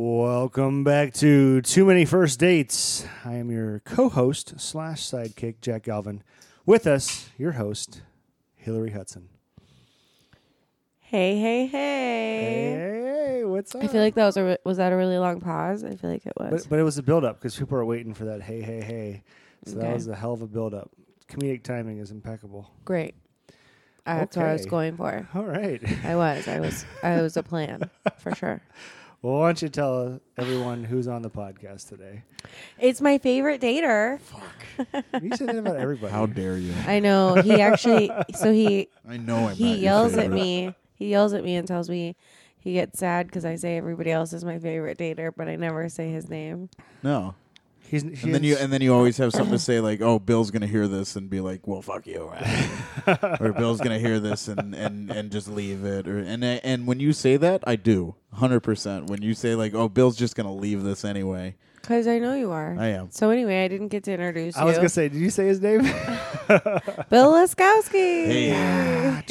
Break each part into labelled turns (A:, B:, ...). A: Welcome back to Too Many First Dates. I am your co-host slash sidekick, Jack Galvin. With us, your host, Hillary Hudson.
B: Hey, hey, hey.
A: Hey, what's up?
B: I feel like that was a re- was that a really long pause? I feel like it was.
A: but, but it was a build-up because people are waiting for that hey, hey, hey. So that
B: Okay.
A: was a hell of a build-up. Comedic timing is impeccable.
B: Great. I- That's what I was
A: Okay.
B: going for.
A: All right.
B: I was. I was. I was a plan for sure.
A: Well, why don't you tell everyone who's on the podcast today?
B: It's my favorite dater.
A: You say that about everybody.
C: How dare you?
B: I know he actually. So he
C: I know I'm.
B: he yells at me. He yells at me and tells me he gets sad because I say everybody else is my favorite dater, but I never say his name.
C: No,
A: He's,
C: and then you and then you always have something to say like, "Oh, Bill's gonna hear this and be like, well, fuck you," or "Bill's gonna hear this and and and just leave it." Or and I- and when you say that, I do hundred percent. When you say like, "Oh, Bill's just gonna leave this anyway,"
B: Because I know you are.
C: I am.
B: So anyway, I didn't get to introduce
A: I was
B: you.
A: gonna say, did you say his name?
B: Bill Laskowski.
C: Hey,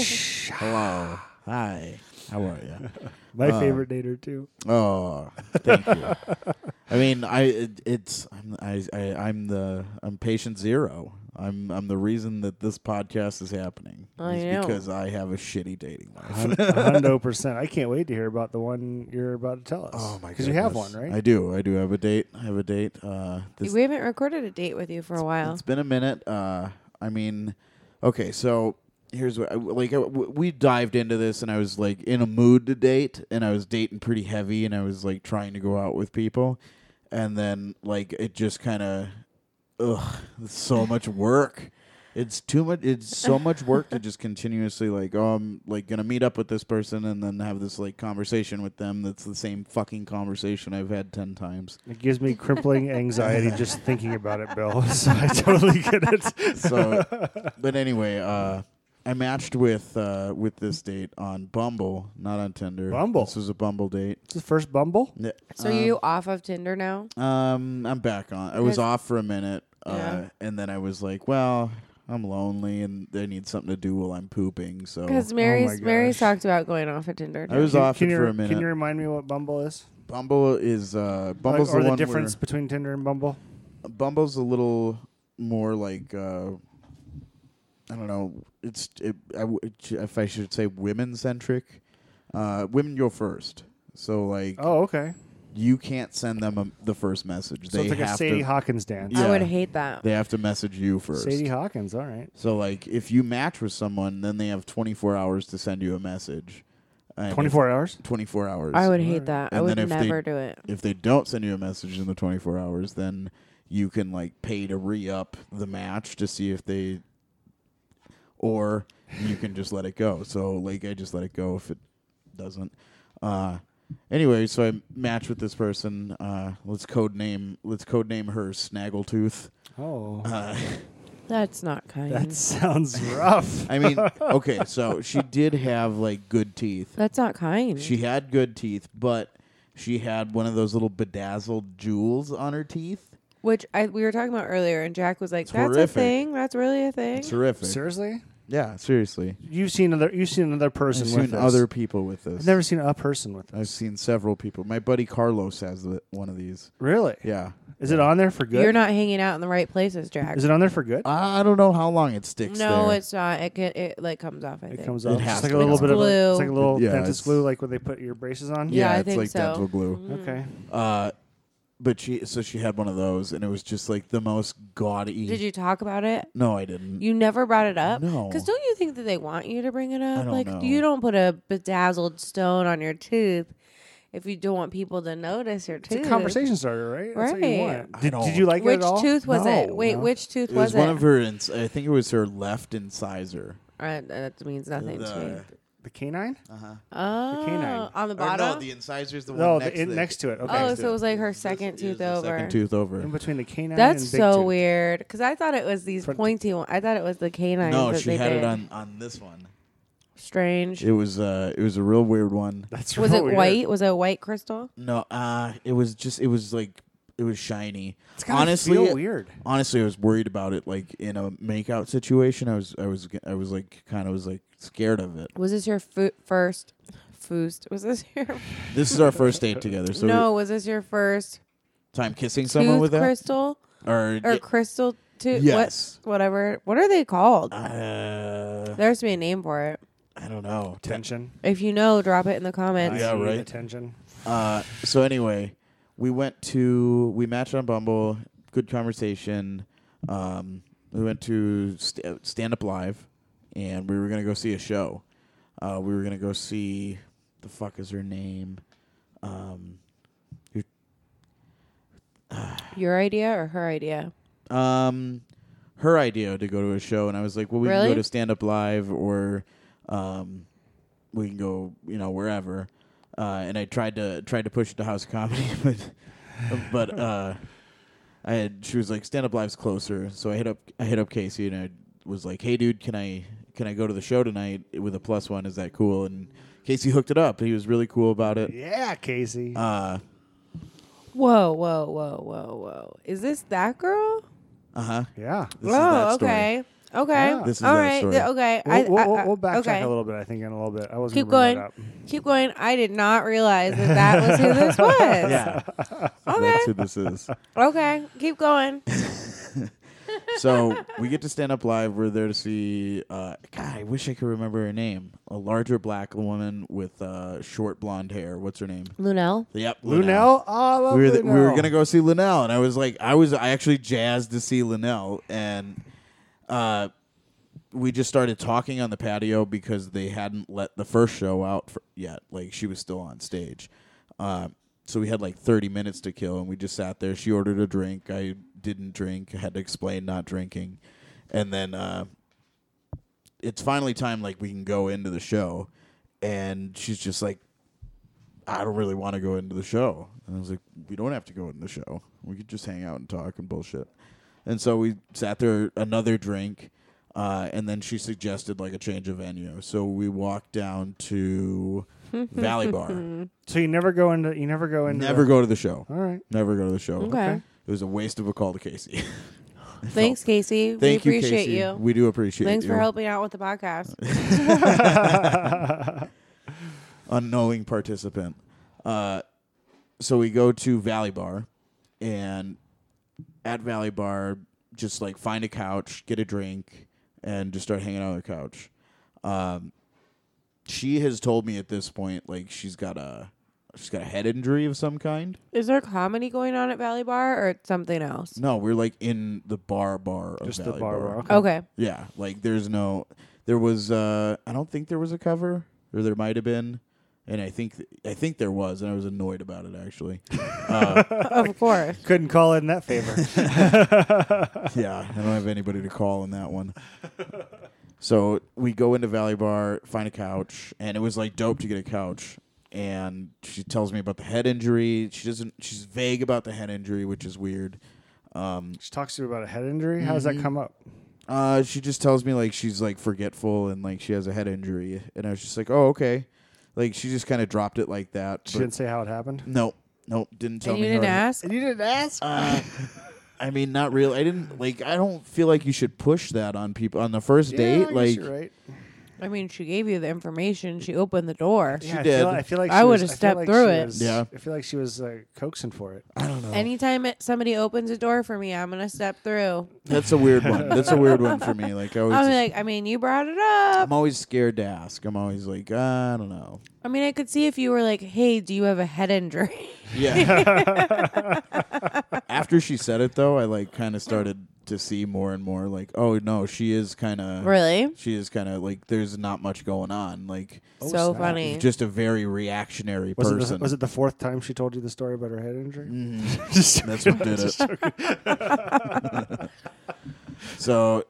C: hello, hi, how are you?
A: My
C: Uh.
A: favorite dater too.
C: Oh, thank you. I mean, I it, it's I'm I, I I'm the I'm patient zero. I'm I'm the reason that this podcast is happening.
B: I
C: is
B: know.
C: because I have a shitty dating life.
A: Hundo percent. I can't wait to hear about the one you're about to tell us. because you have one,
C: Oh, goodness.
A: right?
C: I do. I do have a date. I have a date. Uh, this
B: we haven't recorded a date with you for a while.
C: It's been a minute. Uh, I mean, okay, so here's what I, like I, we dived into this, and I was like in a mood to date, and I was dating pretty heavy, and I was like trying to go out with people, and then like it just kind of, ugh, it's so much work. It's too much. It's so much work to just continuously like, oh, I'm like gonna meet up with this person and then have this like conversation with them. That's the same fucking conversation I've had ten times.
A: It gives me crippling anxiety just thinking about it, Bill. So I totally get it.
C: so but anyway uh i matched with uh with this date on bumble not on tinder
A: Bumble.
C: this was a bumble date
A: It's the first Bumble.
C: Yeah,
B: so are you off of Tinder now?
C: um i'm back on i
B: Because-
C: was off for a minute
B: Yeah.
C: uh and then i was like well i'm lonely and i need something to do while i'm pooping so
B: Because
A: my
B: Mary's
A: gosh.
B: Mary's talked about going off of Tinder.
C: Oh i was
A: Can-
C: off
A: can
C: it
A: you,
C: for a
A: Can you
C: minute
A: remind me what Bumble is?
C: bumble is uh bumble's
A: like, or
C: the,
A: the,
C: one
A: difference between Tinder and Bumble?
C: where, bumble's a little more like uh I don't know. It's it, I w if I should say women centric. Uh, women go first, so like
A: Oh, okay.
C: you can't send them a, the first message.
A: So
C: they
A: it's like
C: have
A: a Sadie
C: to.
A: Hawkins dance.
C: Yeah.
B: I would hate that.
C: They have to message you first.
A: Sadie Hawkins. All right.
C: So like if you match with someone, then they have 24 hours to send you a message. And if-
A: 24 hours.
C: 24 hours.
B: I would hate that. I
C: And
B: would
C: then if they-
B: never do it.
C: If they don't send you a message in the 24 hours, then you can like pay to re up the match to see if they, or you can just let it go. So like I just let it go if it doesn't. Uh, anyway, so I match with this person. Uh, let's code name. Let's code name her Snaggletooth.
A: Oh,
C: Uh,
B: That's not kind.
A: that
B: That's,
A: sounds rough.
C: I mean, okay, so she did have like good teeth.
B: not kind.
C: She had good teeth, but she had one of those little bedazzled jewels on her teeth.
B: Which I we were talking about earlier, and Jack was like,
C: It's
B: "That's a
C: horrific.
B: thing. That's really a thing."
C: It's horrific.
A: Seriously,
C: yeah, seriously.
A: you've seen other you've seen another
C: I've
A: person with
C: seen
A: this.
C: other people with this.
A: I've never seen a person with this.
C: I've seen several people. My buddy Carlos has the- one of these.
A: Really?
C: Yeah.
A: Is it on there for good?
B: You're not hanging out in the right places, Jack.
A: Is it on there for good?
C: I I don't know how long it sticks
B: no,
C: there.
B: it's not. It can, it like comes off. I
A: It
B: think.
A: comes
C: It
A: off.
C: has
A: It's like a
C: to
A: little
C: come
A: bit of
B: off.
A: a,
B: Glue.
A: it's like a little
C: Yeah,
A: dentist
C: it's-
A: glue, like when they put your braces on.
B: Yeah, I
C: it's
B: think
C: like
B: so. Mm-hmm.
C: dental glue.
A: Okay.
C: Uh, but she, so she had one of those, and it was just like the most gaudy.
B: Did you talk about it?
C: No, I didn't.
B: You never brought it up.
C: No.
B: Because don't you think that they want you to bring it up?
C: don't
B: like
C: know.
B: you don't put a bedazzled stone on your tooth if you don't want people to notice your tooth.
A: It's a conversation starter, right? That's what you
B: Right.
A: want.
C: I
A: Did,
C: don't-
A: did you like
B: Which
A: it at all?
B: tooth was it?
C: No,
B: Wait,
A: no.
B: which tooth
C: it was,
B: was,
C: one
B: it?
C: of her. Ins- I think it was her left incisor.
B: Uh, that means nothing to me.
C: The-
A: The canine?
B: Oh,
A: canine.
B: on the
C: Or
B: bottom.
C: no, the incisors, the one
A: No,
C: next,
A: the, in,
C: to
A: next to it. Okay.
B: oh,
C: next
B: so
C: to
B: it
C: it.
B: was like her second
C: This is
B: tooth
C: the
B: over.
C: Second tooth
A: in
C: over.
A: between the canine.
B: That's
A: and big
B: so
A: tooth.
B: weird. Because I thought it was these
A: Front-
B: pointy ones. I thought it was the canines.
C: No,
B: that
C: she
B: they
C: had
B: did.
C: it on on this one.
B: Strange.
C: It was uh, it was a real weird one.
A: That's
B: was
A: real
B: it
A: weird.
B: white? Was it a white crystal?
C: No, uh, it was just it was like it was shiny.
A: It's gotta
C: honestly,
A: feel weird.
C: honestly, I was worried about it. Like in a makeout situation, I was I was I was like kind of was like scared of it.
B: Was this your fu- first first? Was this your
C: This is our first date together. So
B: no? Was this your first
C: time kissing someone
B: tooth
C: with that
B: crystal
C: or,
B: or crystal tooth?
C: Yes.
B: What, whatever. What are they called?
C: uh,
B: there has to be a name for it.
C: I don't know.
A: Tension.
B: If you know, drop it in the
A: I
B: comments.
C: Yeah,
A: need
C: right.
A: Attention.
C: Uh, so anyway, we went to we matched on Bumble. Good conversation. Um, we went to st- Stand Up Live, and we were gonna go see a show. Uh, we were gonna go see the fuck is her name? Um,
B: Your idea or her idea?
C: um, her idea to go to a show, and I was like, well, we can go
B: Really?
C: to Stand Up Live, or um, we can go, you know, wherever. Uh, and I tried to tried to push it to House of Comedy, but but uh, I had she was like Stand Up Live's closer, so I hit up I hit up Casey and I was like, hey dude, can I can I go to the show tonight with a plus one? Is that cool? And Casey hooked it up. He was really cool about it.
A: Yeah, Casey.
C: Uh
B: Whoa, whoa, whoa, whoa, whoa! Is this that girl?
C: huh.
A: yeah.
C: This is that
B: oh,
C: story.
B: okay. Okay.
A: Ah.
C: This is
B: All
C: that
B: right.
C: story.
B: Th- okay. I-
A: We'll,
B: I-
A: we'll,
B: I-
A: we'll backtrack
B: okay.
A: a little bit, I think, in a little bit. I wasn't
B: Keep
A: gonna bring
B: going.
A: That up.
B: Keep going. I did not realize that that was who this was.
C: Yeah,
B: Okay.
C: that's who this is.
B: Okay. Keep going.
C: so we get to stand up live. We're there to see. Uh, God, I wish I could remember her name. A larger black woman with uh, short blonde hair. What's her name?
B: Lunel.
C: Yep,
A: Lunel? Oh, I love
C: We were th- we were
A: Lunel.
C: gonna go see Linnell, and I was like, I was I actually jazzed to see Linnell, and uh, we just started talking on the patio because they hadn't let the first show out for, yet. Like she was still on stage, uh, so we had like thirty minutes to kill, and we just sat there. She ordered a drink. I didn't drink. I had to explain not drinking, and then. Uh, it's finally time like we can go into the show and she's just like i don't really want to go into the show and i was like we don't have to go into the show we could just hang out and talk and bullshit and so we sat there another drink uh, and then she suggested like a change of venue so we walked down to valley bar
A: So you never go into. You never go into.
C: never
A: the-
C: go to the show
A: All right.
C: never go to the show
B: Okay.
A: Okay.
C: it was a waste of a call to casey
B: Thanks, Casey.
C: thank
B: we
C: you
B: appreciate
C: casey
B: you.
C: we do appreciate
B: Thanks
C: you
B: for helping out with the podcast.
C: unknowing participant. Uh, so we go to Valley Bar, and at Valley Bar, just like find a couch, get a drink, and just start hanging out on the couch. Um, she has told me at this point, like she's got a she's got a head injury of some kind.
B: Is there comedy going on at Valley Bar or it's something else?
C: No, we're like in the bar bar of
A: Just
C: Valley
A: the bar. bar. Okay.
B: Okay.
C: Yeah, like there's no, there was. uh I don't think there was a cover, or there might have been, and I think I think there was, and I was annoyed about it actually.
B: of course.
A: Couldn't call in that favor.
C: yeah, I don't have anybody to call on that one. So we go into Valley Bar, find a couch, and it was like dope to get a couch. And she tells me about the head injury. She doesn't. She's vague about the head injury, which is weird. Um,
A: she talks to you about a head injury. How does
C: Mm-hmm.
A: that come up?
C: Uh, she just tells me like she's like forgetful and like she has a head injury, and I was just like, oh okay, like she just kind of dropped it like that.
A: She
C: but-
A: didn't say how it happened.
C: no, no, didn't tell
B: and you
C: me.
B: didn't
C: her-
B: ask?
A: you didn't ask.
C: Uh, I mean, not really. I didn't like. I don't feel like you should push that on people on the first date. Like,
A: you're right.
B: I mean, she gave you the information. She opened the door.
A: Yeah, I
C: did.
A: Feel, I feel like
B: I
A: she was-
B: would've
A: feel
B: stepped
A: like
B: through
A: she
B: it.
A: was-
C: Yeah.
A: I feel like she was uh, coaxing for it.
C: I don't know.
B: Anytime it, somebody opens a door for me, I'm going to step through.
C: That's a weird one. That's a weird one for me. Like, I always.
B: I'm
C: just-
B: like, I mean, you brought it up.
C: I'm always scared to ask. I'm always like, "Uh, I don't know.
B: I mean, I could see if you were like, hey, do you have a head injury?
C: Yeah. After she said it though, I like kind of started to see more and more like, oh no, she is kind of
B: really?
C: She is kind of like there's not much going on. Like
B: so
A: snap.
B: funny.
C: Oh, just a very reactionary
A: Was it, the,
C: person. Mm.
A: was it the fourth time she told you the story about her head injury?
C: That's what did it. so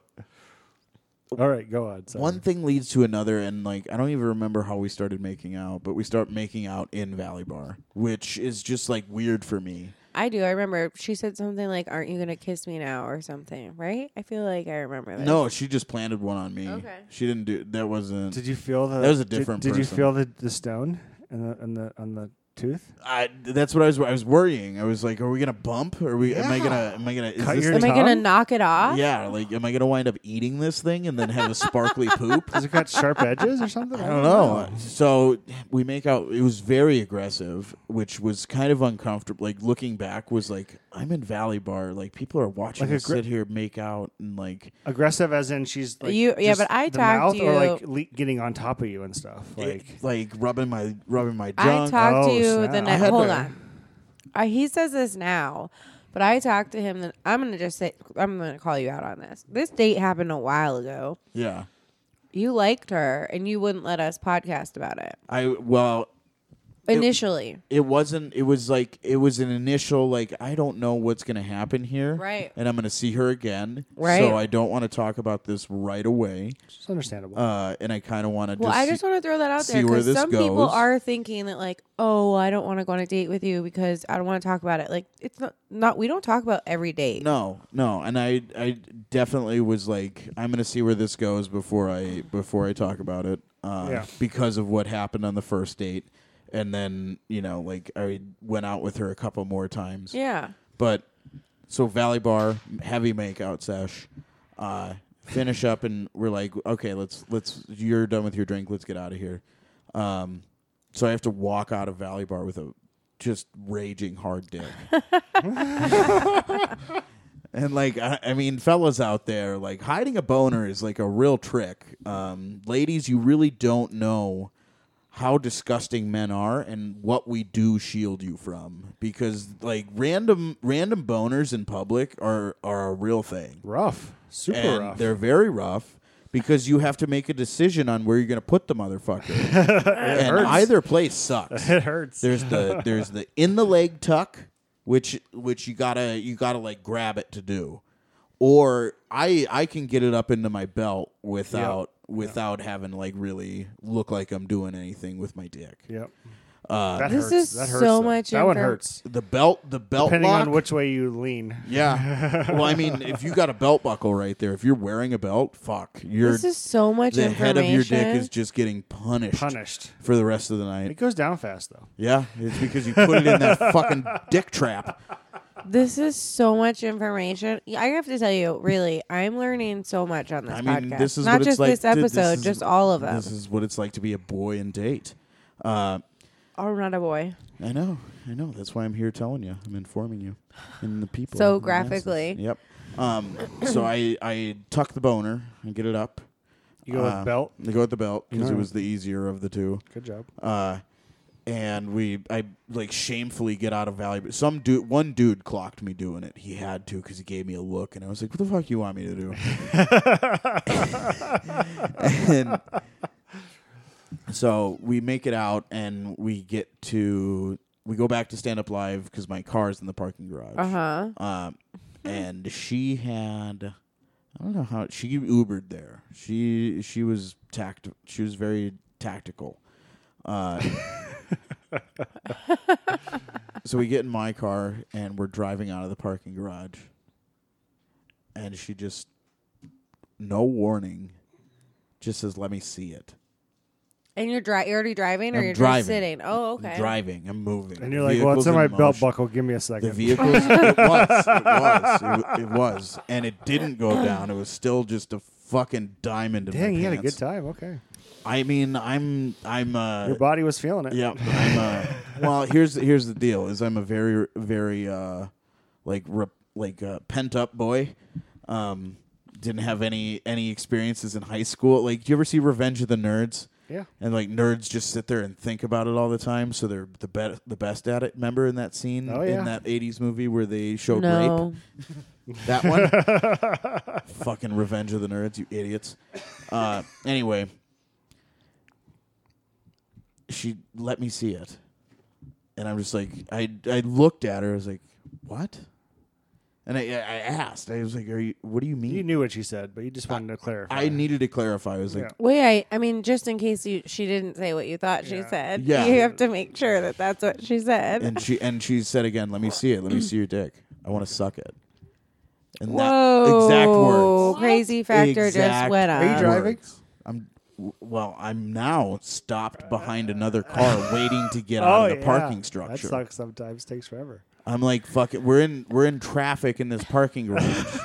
A: All right, go on. Sorry.
C: one thing leads to another and like i don't even remember how we started making out but we start making out in valley bar which is just like weird for me
B: I do. I remember she said something like, aren't you going to kiss me now or something, right? I feel like I remember that.
C: no she just planted one on me
B: Okay.
C: she didn't do that wasn't
A: Did you feel the?
C: That was a
A: did-
C: different
A: Did, you
C: person.
A: feel the, the stone and the and the on the tooth?
C: I, that's what I was. I was worrying. I was like, "Are we gonna bump? Are we? Am I gonna? Am I gonna? Is
A: Cut
C: this
A: your
B: Am I
A: tongue?
B: gonna knock it off?
C: Yeah, like, am I gonna wind up eating this thing and then have a sparkly poop?
A: Has it got sharp edges or something?
C: I don't know. So we make out. It was very aggressive, which was kind of uncomfortable. Like looking back, was like, I'm in Valley Bar. Like people are watching
A: Like a
C: us
A: gr-
C: sit here make out and like.
A: Aggressive, as in she's like
B: You- yeah,
A: just
B: but I
A: the mouth
B: talked
A: or
B: you-
A: like le- getting on top of you and stuff. Like
C: Like, like rubbing my rubbing my
B: I
C: junk.
B: talked
A: Oh,
B: to you the
A: snap. I
B: next.
C: had
B: Hold
C: to-
B: on. Uh, he says this now, but I talked to him. That I'm gonna just say I'm gonna call you out on this. This date happened a while ago.
C: yeah,
B: You liked her, and you wouldn't let us podcast about it
C: I well,
B: initially.
C: it wasn't it was like it was an initial like i don't know what's going to happen here
B: Right.
C: and i'm going to see her again
B: Right.
C: so i don't want to talk about this right away
A: it's understandable.
C: uh, and i kind of want to
B: well,
C: just
B: I just
C: see-
B: want to throw that out there
C: see where
B: because
C: this
B: some people
C: goes.
B: are thinking that like, oh, I don't want to go on a date with you because I don't want to talk about it. Like, it's not not we don't talk about every date.
C: no no and i i definitely was like i'm going to see where this goes before i before i talk about it uh,
A: Yeah.
C: because of what happened on the first date and then you know like i went out with her a couple more times
B: Yeah.
C: But so Valley Bar heavy makeout sesh. Uh, finish up and we're like, okay, let's let's you're done with your drink. Let's get out of here. Um, so I have to walk out of Valley Bar with a just raging hard dick. And like I, I mean, fellas out there, like hiding a boner is like a real trick. Um, ladies, you really don't know how disgusting men are and what we do shield you from because like random random boners in public are are a real thing
A: rough, super
C: and
A: rough.
C: they're very rough because you have to make a decision on where you're going to put the motherfucker and either place sucks
A: It hurts.
C: there's the there's the in the leg tuck, which which you gotta you gotta like grab it to do, or I I can get it up into my belt without without having to like really look like I'm doing anything with my dick.
A: Yep.
C: Uh,
A: that
B: This
A: hurts.
B: is
A: that
B: so
A: hurts though.
B: much
A: That one
B: info.
A: hurts.
C: The belt the belt
A: Depending
C: lock.
A: on which way you lean.
C: yeah. well, I mean, if you got a belt buckle right there, if you're wearing a belt, fuck, you're
B: This is so much
C: the head
B: information.
C: of your dick is just getting punished
A: Punished.
C: for the rest of the night.
A: It goes down fast though.
C: Yeah, it's because you put it in that fucking dick trap.
B: This is so much information. Yeah, I have to tell you, really, I'm learning so much on this
C: I mean,
B: podcast.
C: this is
B: not
C: what it's
B: just
C: like
B: this
C: to- this
B: episode,
C: is-
B: just all of them.
C: This is what it's like to be a boy and date. Uh,
B: oh, not a boy.
C: I know, I know. That's why I'm here telling you. I'm informing you and the people.
B: So
C: and the masses.
B: graphically.
C: Yep. Um, so I I tuck the boner and get it up.
A: You go
C: Uh,
A: with belt.
C: I go with the belt because it
A: Alright.
C: was the easier of the two.
A: Good job.
C: Uh, and we I like shamefully get out of valley. But some dude, one dude clocked me doing it. He had to because he gave me a look, and I was like, "What the fuck you want me to do?" and so we make it out, and we get to we go back to stand up live because my car's in the parking garage.
B: Uh huh.
C: Um, and she had, I don't know how she Ubered there. She she was tact. She was very tactical. Uh, so we get in my car and we're driving out of the parking garage, and she just, no warning, just says, "Let me see it."
B: And you're dri- you're already driving, or
C: I'm
B: you're
C: driving.
B: just sitting. Oh, okay.
C: I'm driving. I'm moving.
A: And you're like, well, it's
C: Vehicle's
A: in my belt
C: motion.
A: buckle. Give me a
C: The
A: second.
C: vehicles, it was, it was, it, wa- it was, and it didn't go down. It was still just a fucking diamond. In
A: Dang,
C: my
A: you had a
C: pants.
A: good time. Okay.
C: I mean, I'm, I'm, uh,
A: Your body was feeling it.
C: yeah, I'm. Uh, well, here's here's the deal: is I'm a very, very, uh, like, rep, like uh, pent up boy. Um, didn't have any any experiences in high school. Like, do you ever see Revenge of the Nerds?
A: Yeah.
C: And like nerds just sit there and think about it all the time, so they're the best the best at it. Remember in that scene
A: Oh,
C: in
A: yeah.
C: that '80s movie where they showed
B: No.
C: rape? That one, fucking Revenge of the Nerds, you idiots. Uh, anyway, she let me see it, and I'm just like, I I looked at her, I was like, what? And I I I asked, I was like, are you? What do you mean?
A: You knew what she said, but you just wanted to clarify.
C: I needed to clarify. I was like,
A: Yeah.
B: Wait, I, I mean, just in case you, she didn't say what you thought she
A: Yeah.
B: said,
C: Yeah.
B: you have to make sure that that's what she said.
C: and she and she said again, "Let me see it. Let me see your dick. I want to suck it." And
B: Whoa!
C: that exact words.
B: Crazy factor
C: Exact
B: just went up.
A: Are you driving?
C: words. I'm w- well, I'm now stopped behind another car waiting to get
A: Oh,
C: out of the
A: yeah.
C: parking
A: That
C: structure.
A: sucks sometimes. Takes forever.
C: I'm like, fuck it. We're in we're in traffic in this parking garage.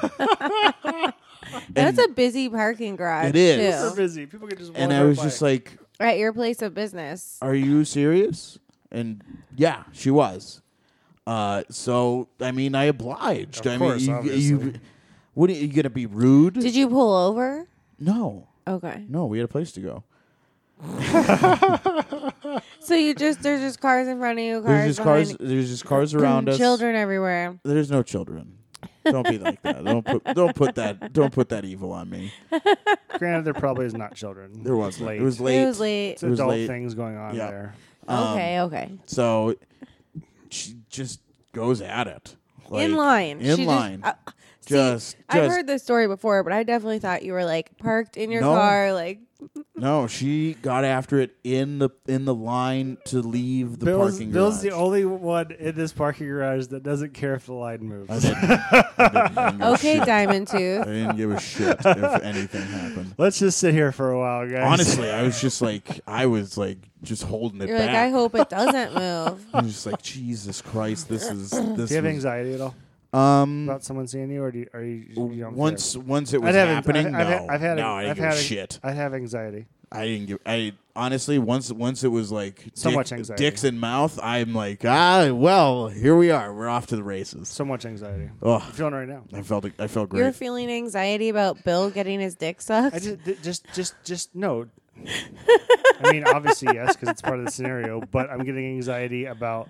B: That's a busy parking garage.
C: It is.
A: They're
B: Too.
A: busy. People can just.
C: and
A: walk
C: I
A: right
C: was
A: by.
C: just like,
B: At your place of business.
C: "Are you serious?" And yeah, she was. Uh, so I mean, I obliged.
A: Of
C: I
A: course,
C: mean, you, you,
A: obviously.
C: what are you gonna be rude?
B: Did you pull over?
C: no,
B: Okay.
C: no, we had a place to go.
B: So you just there's just cars in front of you, cars
C: There's just
B: behind
C: cars.
B: you,
C: There's just cars around us.
B: children everywhere.
C: There's no children. Don't be like that. Don't put don't put that don't put that evil on me.
A: Granted, there probably is not children.
C: There
A: It's
C: was
A: late.
C: It was late.
B: It was late.
A: It's
C: it was
A: adult
C: late.
A: things going on
C: Yeah.
A: there.
C: um,
B: okay, okay.
C: So she just goes at it. Like,
B: in line.
C: In
B: She
C: line.
B: Just, uh, see,
C: just,
B: I've
C: just-
B: heard this story before, but I definitely thought you were like parked in your
C: No.
B: car, like
C: No, she got after it in the in the line to leave the
A: Bill's,
C: parking
A: Bill's
C: garage.
A: the only one in this parking garage that doesn't care if the line moves.
C: I didn't- I didn't- I didn't give a
B: okay,
C: shit.
B: diamond
C: I
B: tooth.
C: didn't give a shit if anything happened.
A: Let's just sit here for a while, guys.
C: Honestly, I was just like, I was like, just holding it
B: You're
C: back.
B: like, I hope it doesn't move.
C: I'm just like, Jesus Christ, this is this.
A: do you have
C: was-
A: anxiety at all
C: um,
A: about someone seeing you, or do you, are you, you don't
C: once once it
A: care? I'd
C: was
A: have an-
C: happening,
A: I've,
C: no,
A: I've, I've had,
C: no, I didn't
A: have
C: give
A: had
C: a shit.
A: I have anxiety.
C: I didn't give. I honestly once once it was like
A: So
C: dick-
A: much anxiety.
C: dicks in mouth. I'm like, ah, well, here we are. We're off to the races.
A: So much anxiety. I'm
C: Oh,
A: feeling right now.
C: I felt I felt
B: You're
C: great.
B: feeling anxiety about Bill getting his dick sucked.
A: I just, th- just, just, just no. I mean, obviously yes, because it's part of the scenario. But I'm getting anxiety about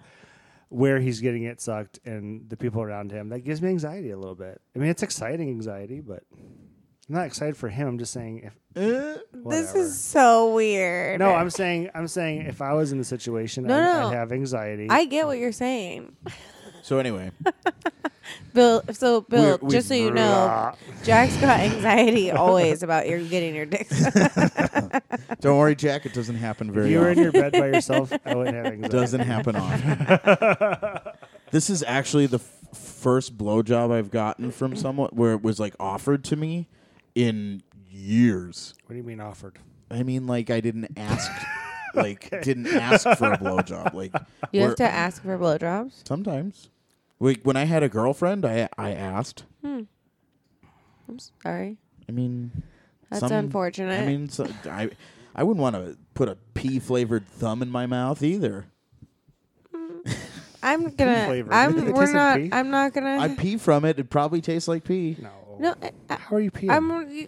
A: where he's getting it sucked and the people around him. That gives me anxiety a little bit. I mean, it's exciting anxiety, but I'm not excited for him. I'm just saying if
C: Eh,
B: this
A: whatever.
B: is so weird.
A: no. I'm saying I'm saying if I was in the situation,
B: No,
A: I'd,
B: no.
A: I'd have anxiety.
B: I get what you're saying.
C: so anyway,
B: Bill, so Bill,
C: We're- we-
B: just so you know, Jack's got anxiety always about you getting your dick sucked.
C: don't worry, Jack. It doesn't happen
A: if
C: very
A: you were in
C: often.
A: your bed by yourself, I wouldn't have anxiety.
C: doesn't happen often. this is actually the f- first blowjob I've gotten from someone where it was like offered to me in years.
A: What do you mean offered?
C: I mean, like I didn't ask, like didn't ask for a blowjob. Like
B: You
C: we're-
B: have to ask for blowjobs.
C: Sometimes. Like when I had a girlfriend, I I asked.
B: I'm sorry.
C: I mean,
B: That's
C: some-
B: unfortunate.
C: I mean, so, I I wouldn't want to put a pea flavored thumb in my mouth either.
B: I'm gonna.
A: flavored. Does
B: I'm.
A: it
B: We're
A: taste like
B: not.
A: pee?
B: I'm not gonna.
C: I pee from it. It probably tastes like pee.
A: No.
B: no. I, I,
A: How are you peeing?
B: I'm. you-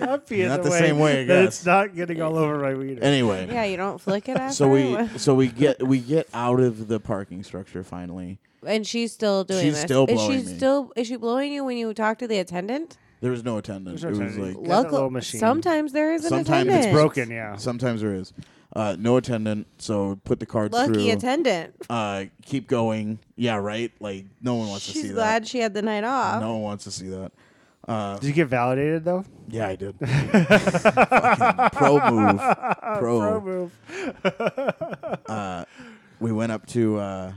A: not peeing
C: Not
A: the,
C: the same way, I
A: that
C: guess.
A: It's not getting all over my wiener.
C: Anyway,
B: Yeah, you don't flick it after.
C: so we so we get we get out of the parking structure finally.
B: And she's still doing
C: She's
B: this.
C: still
B: is
C: blowing
B: she
C: me.
B: still? Is she blowing you when you talk to the attendant?
C: There was no attendant.
A: There's no
C: it was
A: attendant.
C: like
A: Got that little machine.
B: sometimes there is an
C: Sometimes it's
B: attendant.
A: It's broken, yeah.
C: sometimes there is uh, no attendant. So put the card
B: Lucky
C: through.
B: attendant.
C: uh, keep going. Yeah, right. Like no one wants to
B: She's
C: see
B: glad she had the night
C: that.
B: off.
C: No one wants to see that. Uh,
A: Did you get validated though?
C: Yeah, I did. Fucking pro move. Pro.
A: move.
C: We went up to. Uh,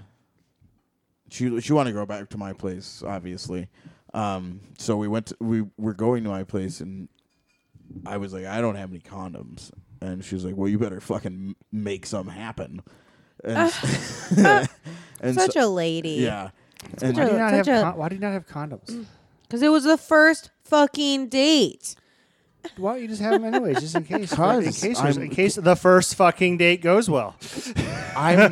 C: she she wanted to go back to my place, obviously. Um, so we went. To, we were going to my place, and I was like, I don't have any condoms, and she was like, Well, you better fucking make some happen. And, s- and
B: Such
C: so-
B: a lady.
C: yeah, and
A: Why do, you not have
B: Such a- Mm.
A: con- why do you not have condoms?
B: Because it was the first fucking date.
A: Why don't you just have them anyways, just in case?
C: Because
A: in case,
C: I'm-
A: in case the first fucking date goes well.
C: I'm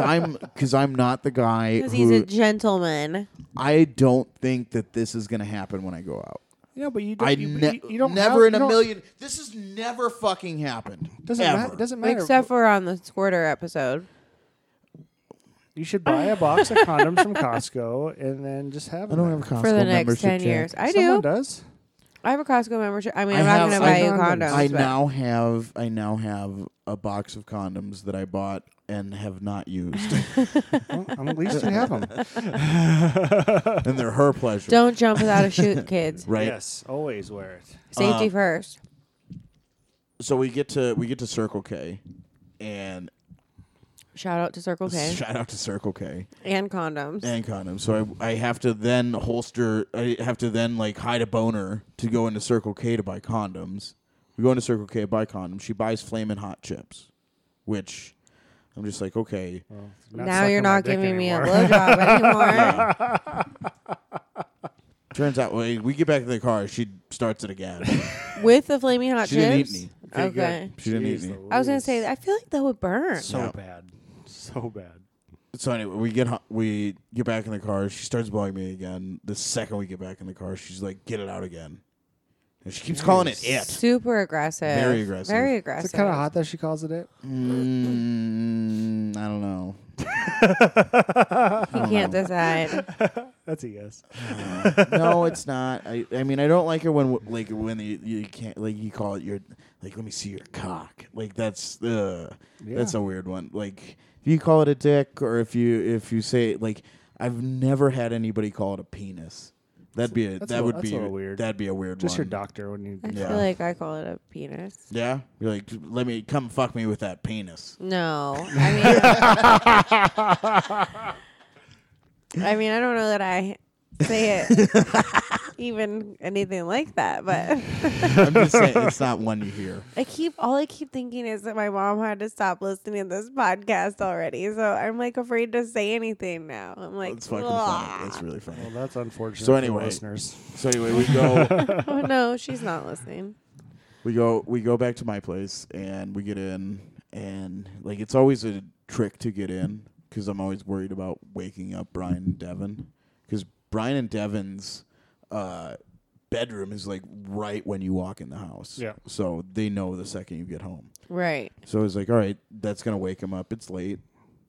C: I'm because I'm not the guy
B: Because he's a
C: who
B: gentleman.
C: I don't think that this is gonna happen when I go out.
A: Yeah, but you don't.
C: I
A: you,
C: ne-
A: you- you don't
C: never
A: have-
C: in
A: you
C: a
A: don't-
C: million. This has never fucking happened.
A: Doesn't
C: ever.
A: matter. Doesn't matter.
B: Except for on the squirter episode.
A: you should buy a box of condoms from Costco and then just have them.
C: I don't
A: there.
C: have a Costco
B: for the next
C: membership,
B: 10
C: Jack.
B: years. I
A: Someone
B: do.
A: does.
B: I have a Costco membership. I mean,
C: I
B: I'm not
C: have-
B: going to
C: I
B: buy you
A: condoms.
B: condoms.
C: I
B: but-
C: now have I now have a box of condoms that I bought and have not used,
A: Well, at least you have them.
C: and they're her pleasure,
B: Don't jump without a shoot, kids.
C: right?
A: Yes, always wear it.
B: Safety first.
C: So we get to we get to Circle K, and
B: Shout out to Circle K
C: Shout out to Circle K
B: and condoms.
C: and condoms. So I, I have to then holster. I have to then like hide a boner to go into Circle K to buy condoms. We go into Circle K buy condoms. She buys flaming hot chips, which I'm just like, okay,
A: Well, not
B: now
A: sucking
B: you're
A: my
B: not
A: dick
B: giving me a
A: anymore.
B: blowjob anymore.
C: Yeah. Turns out, when we get back to the car, she starts it again.
B: With the flaming hot
C: She
B: chips.
C: didn't eat any.
A: Okay, good.
B: Okay.
C: She didn't eat
A: Jeez
C: any.
B: I was gonna say
A: Louise.
B: I feel like that would burn.
A: so
C: Yeah.
A: bad, so bad.
C: So anyway, we get ho- we get back in the car. She starts blowing me again. The second we get back in the car, she's like, "Get it out again," and she keeps calling it it.
B: Super aggressive.
C: Very aggressive.
B: Very
A: Is
B: aggressive.
A: it kind of hot that she calls it it?
C: Mm, I don't know.
B: He can't decide.
A: That's a yes.
C: no, it's not. I, I mean, I don't like it when like when you, you can't like you call it your like let me see your cock. Like that's uh, that's
A: Yeah.
C: a weird one. Like if you call it a dick or if you if you say like I've never had anybody call it a penis. That'd be a,
A: That's a
C: that
A: little-
C: would
A: that's a
C: be
A: little weird.
C: That'd be a weird
A: Just
C: one.
A: your doctor when you.
B: I
C: Yeah.
B: feel like I call it a penis.
C: Yeah, you're like let me come fuck me with that penis.
B: No, I mean, I mean, I don't know that I say it even anything like that, but
C: I'm just saying it's not one you hear.
B: I keep all I keep thinking is that my mom had to stop listening to this podcast already, so I'm like afraid to say anything now. I'm like,
C: It's fucking
B: "Ugh."
C: funny.
A: Ah.
C: It's really funny.
A: Well, that's unfortunate.
C: So
A: for
C: anyway.
A: listeners,
C: So anyway, we go.
B: oh no, she's not listening.
C: we go we go back to my place and we get in and like it's always a trick to get in because i'm always worried about waking up brian and devin because brian and devin's uh, bedroom is like right when you walk in the house
A: Yeah.
C: so they know the second you get home
B: Right.
C: so it's like all right that's gonna wake him up it's late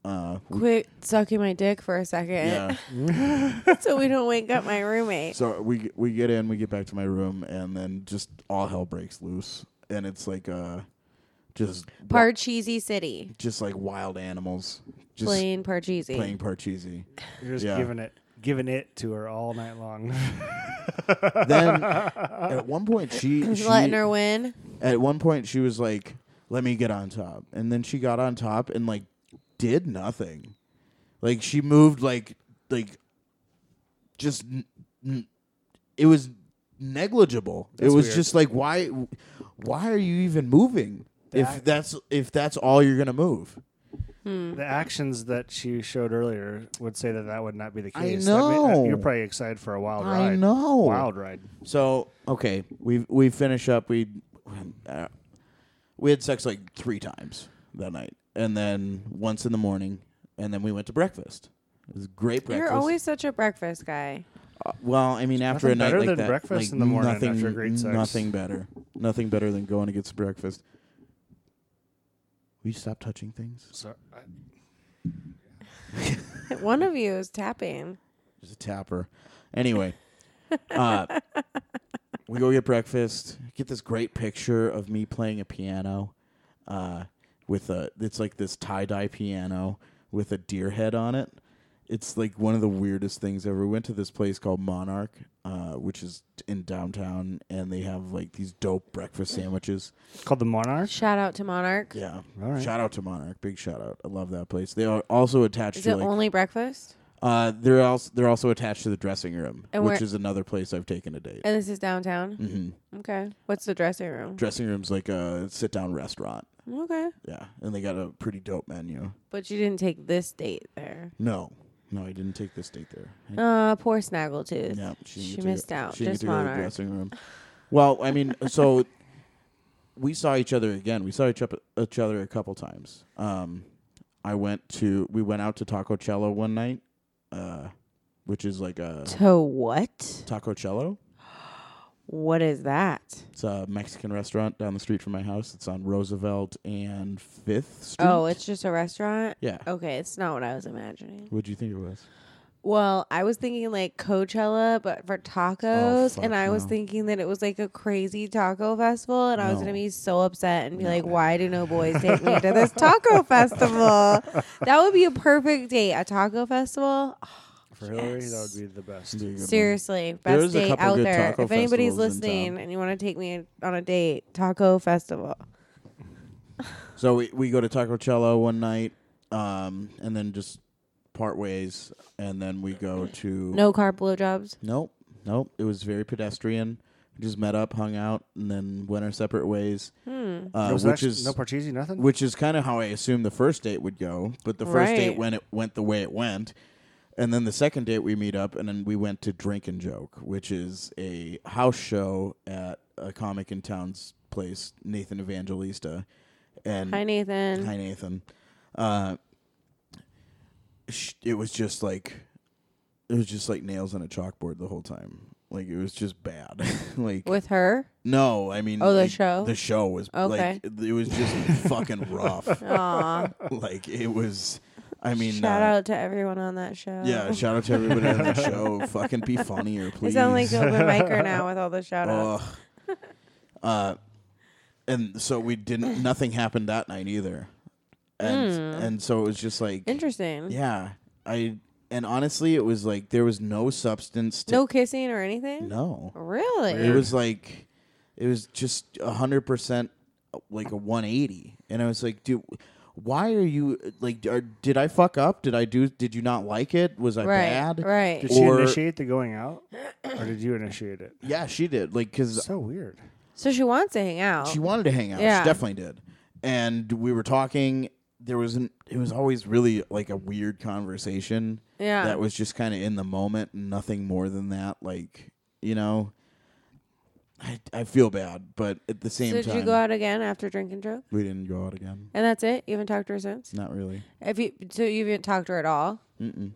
C: uh, we-
B: Quit sucking my dick for a second
C: yeah
B: so we don't wake up my roommate.
C: So we g- we get in, we get back to my room, and then just all hell breaks loose, and it's like uh, just wa-
B: Parcheesi City.
C: just like wild animals, just
B: Plain Parcheesi.
C: playing Parcheesi.
A: you're just
C: Yeah.
A: giving it, giving it to her all night long.
B: Mm-hmm.
C: then at one point she, she
B: Letting her win.
C: at one point she was like, "Let me get on top," and then she got on top and like did nothing, like she moved like like just n- n- it was negligible.
A: That's
C: it was
A: weird.
C: just like why why are you even moving if
A: That-
C: that's if that's all you're gonna move?
A: the actions that she showed earlier would say that that would not be the
C: I
A: case. That may- that-
C: know.
A: you're probably excited for a wild
C: I
A: ride.
C: know.
A: Wild ride.
C: So okay, we we finish up. We uh, we had sex like three times that night, and then once in the morning, and then we went to breakfast. It was great breakfast.
B: You're always such a breakfast guy.
C: Uh, well. I mean,
A: nothing
C: after a night
A: better
C: like
A: than
C: that,
A: breakfast
C: like,
A: in the morning
C: nothing,
A: after great sex.
C: nothing better, nothing better than going to get some breakfast. Will you stop touching things?
A: So, uh, I-
B: One of you is tapping.
C: There's a tapper. Anyway, uh, we go get breakfast. Get this great picture of me playing a piano, uh, with a it's like this tie dye piano with a deer head on it. It's like one of the weirdest things ever. We went to this place called Monarch, uh, which is in downtown, and they have like these dope breakfast sandwiches.
A: called the Monarch.
B: Shout out to Monarch.
C: Yeah,
A: All right.
C: shout out to Monarch, big shout out. I love that place. They are also attached
B: Is
C: to
B: it
C: like
B: only breakfast?
C: uh, they're also they're also attached to the dressing room,
B: And
C: which
B: where-
C: is another place I've taken a date.
B: And this is downtown?
C: hmm
B: Okay. What's the dressing room?
C: Dressing room's like a sit down restaurant.
B: Okay.
C: Yeah, and they got a pretty dope menu.
B: But you didn't take this date there.
C: No, no, I didn't take this date there. I-
B: Uh, poor Snaggletooth.
C: yeah, she, didn't
B: she
C: get to
B: missed
C: go,
B: out.
C: She didn't
B: Just
C: get to go to the
B: Monarch.
C: dressing room. Well, I mean, so we saw each other again. We saw each, up, each other a couple times. Um, I went to we went out to Taco Cello one night, uh, which is like a
B: To what?
C: Taco Cello.
B: What is that?
C: It's a Mexican restaurant down the street from my house. It's on Roosevelt and Fifth Street.
B: Oh, it's Oh. just a restaurant?
C: yeah.
B: Okay, it's not what I was imagining.
C: What'd you think it was?
B: Well, I was thinking like Coachella, but for tacos,
C: Oh, fuck
B: and I was
C: no.
B: thinking that it was like a crazy taco festival, and I was
C: No.
B: gonna be so upset and be like, "Why do no boys take me to this taco festival?" That would be a perfect date, a taco festival. Oh,
A: For Hillary, that
B: yes.
A: would be the best.
C: Be a good one.
B: Seriously,
C: There
B: best
C: is a
B: date
C: couple
B: out
C: good
B: there.
C: taco
B: If anybody's
C: festivals in town.
B: listening and you want to take me on a date, taco festival.
C: So we, we go to Taco Cello one night, um, and then just part ways, and then we go to
B: No car blowjobs.
C: Nope, nope. It was very pedestrian. We just met up, hung out, and then went our separate ways. Uh,
B: Hmm.
A: There was
C: which
A: actually
C: is
A: no parcheesi, nothing.
C: which is kind of how I assumed the first date would go. But the first date
B: Right.
C: when it went the way it went, and then the second date we meet up, and then we went to Drink and Joke, which is a house show at a comic in town's place, Nathan Evangelista, and
B: Hi, Nathan.
C: Hi, Nathan. Uh, sh- it was just like it was just like nails on a chalkboard the whole time. Like it was just bad. like
B: With her.
C: no, I mean
B: Oh, the
C: like,
B: show?
C: The show was
B: Okay.
C: like it was just fucking rough.
B: Aw.
C: Like it was. I mean,
B: Shout
C: uh,
B: out to everyone on that show.
C: Yeah, shout out to everybody on the show. Fucking be funnier, please.
B: I sound like Gilbert Miker now with all the shout outs.
C: Ugh. uh, and so we didn't. Nothing happened that night either. And and so it was just like
B: Hmm. Interesting.
C: Yeah, I and honestly, it was like there was no substance to
B: No kissing or anything?
C: no.
B: Really?
C: It was like it was just a hundred percent like a one eighty, and I was like, dude. Why are you like? Are, did I fuck up? Did I do? Did you not like it? Was I
B: right.
C: bad?
B: Right.
A: did she
C: or-
A: initiate the going out, or did you initiate it?
C: Yeah, she did. Like, cause
A: So weird.
B: So she wants to hang out.
C: she wanted to hang out.
B: Yeah.
C: She definitely did. And we were talking. There was an. It was always really like a weird conversation.
B: Yeah.
C: That was just kind of in the moment, and nothing more than that. Like you know, I I feel bad, but at the same
B: so did
C: time,
B: you go out again after drinking joke?
C: we didn't go out again.
B: And that's it? You haven't talked to her since?
C: Not really.
B: If you so you haven't talked to her at all?
C: Mm. Mm-mm.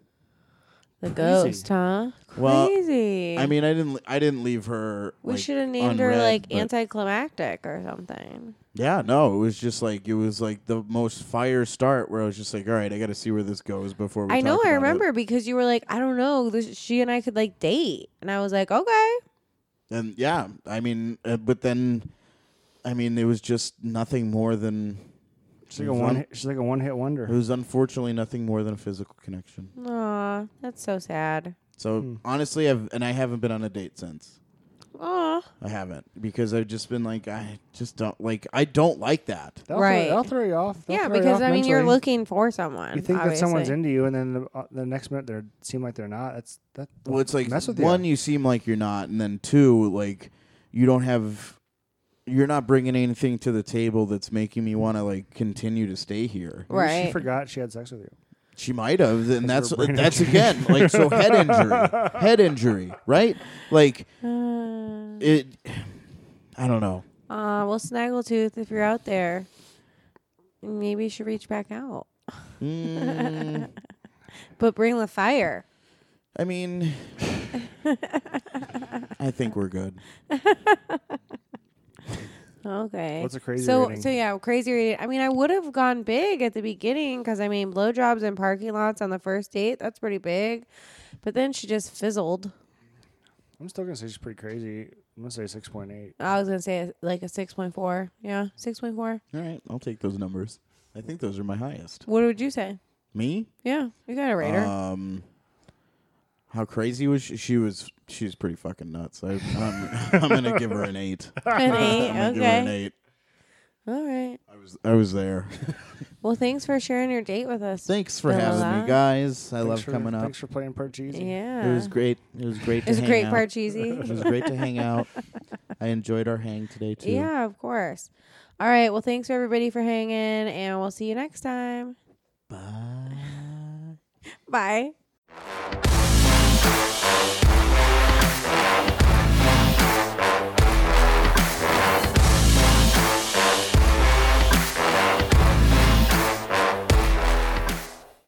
B: The ghost, huh?
C: Well,
B: Crazy.
C: I mean, I didn't. I didn't leave her.
B: we
C: like,
B: should have named her
C: unread,
B: like
C: but-
B: anticlimactic or something.
C: Yeah, no, it was just like it was like the most fire start where I was just like, all right, I got to see where this goes before we.
B: I know.
C: talk
B: I
C: about it."
B: remember because you were like, I don't know. This, she and I could like date, and I was like, okay.
C: and yeah, I mean, uh, but then, I mean, it was just nothing more than.
A: She's like a one. Hit, she's like a one-hit wonder.
C: It was unfortunately nothing more than a physical connection.
B: Aw, that's so sad.
C: So honestly, I've and I haven't been on a date since.
B: Aw,
C: I haven't because I've just been like, I just don't like. I don't like that.
A: That'll
B: Right.
A: Throw, that'll throw you off. That'll
B: yeah,
A: throw you
B: because
A: off
B: I mean, you're
A: mentally.
B: looking for someone.
A: You think
B: Um,
A: that
B: obviously.
A: someone's into you, and then the, uh, the next minute they seem like they're not. That's that.
C: Well, it's like
A: mess with
C: one,
A: you.
C: you. seem like you're not, and then two, like you don't have. You're not bringing anything to the table that's making me want to like continue to stay here.
A: Maybe
B: right?
A: She forgot she had sex with you.
C: She might have, and
A: That's
C: that's
A: her brain
C: that's again like so head injury, head injury, right? Like
B: Uh,
C: it. I don't know.
B: aw, Uh, well, Snaggletooth, if you're out there, maybe you should reach back out,
C: Mm,
B: but bring the fire.
C: I mean, I think we're good.
B: Okay.
A: What's a crazy
B: so
A: rating?
B: so yeah, crazy rating. I mean, I would have gone big at the beginning because I mean, blowjobs and parking lots on the first date that's pretty big, but then she just fizzled.
A: I'm still gonna say she's pretty crazy. I'm gonna say six point eight.
B: I was gonna say like a six point four. Yeah, six point four.
C: All right, I'll take those numbers. I think those are my highest.
B: What would you say?
C: Me?
B: Yeah, you got a rater.
C: Um, how crazy was she? She was she was pretty fucking nuts. I, I'm I'm gonna give her an eight.
B: An
C: I'm gonna
B: eight.
C: give her an
B: Okay.
C: eight.
B: All right.
C: I was I was there.
B: Well, thanks for sharing your date with us.
C: Thanks for
B: Still
C: having
B: alive?
C: me, guys. I love coming up.
A: Thanks for playing Parcheesi.
B: yeah.
C: It was great. It was great.
B: It
C: To
B: was a
C: hang
B: great
C: out.
B: part
C: It
B: cheesy.
C: was great to hang out. I enjoyed our hang today too.
B: yeah, of course. All right. Well, thanks for everybody for hanging, and we'll see you next time.
C: Bye.
B: Bye.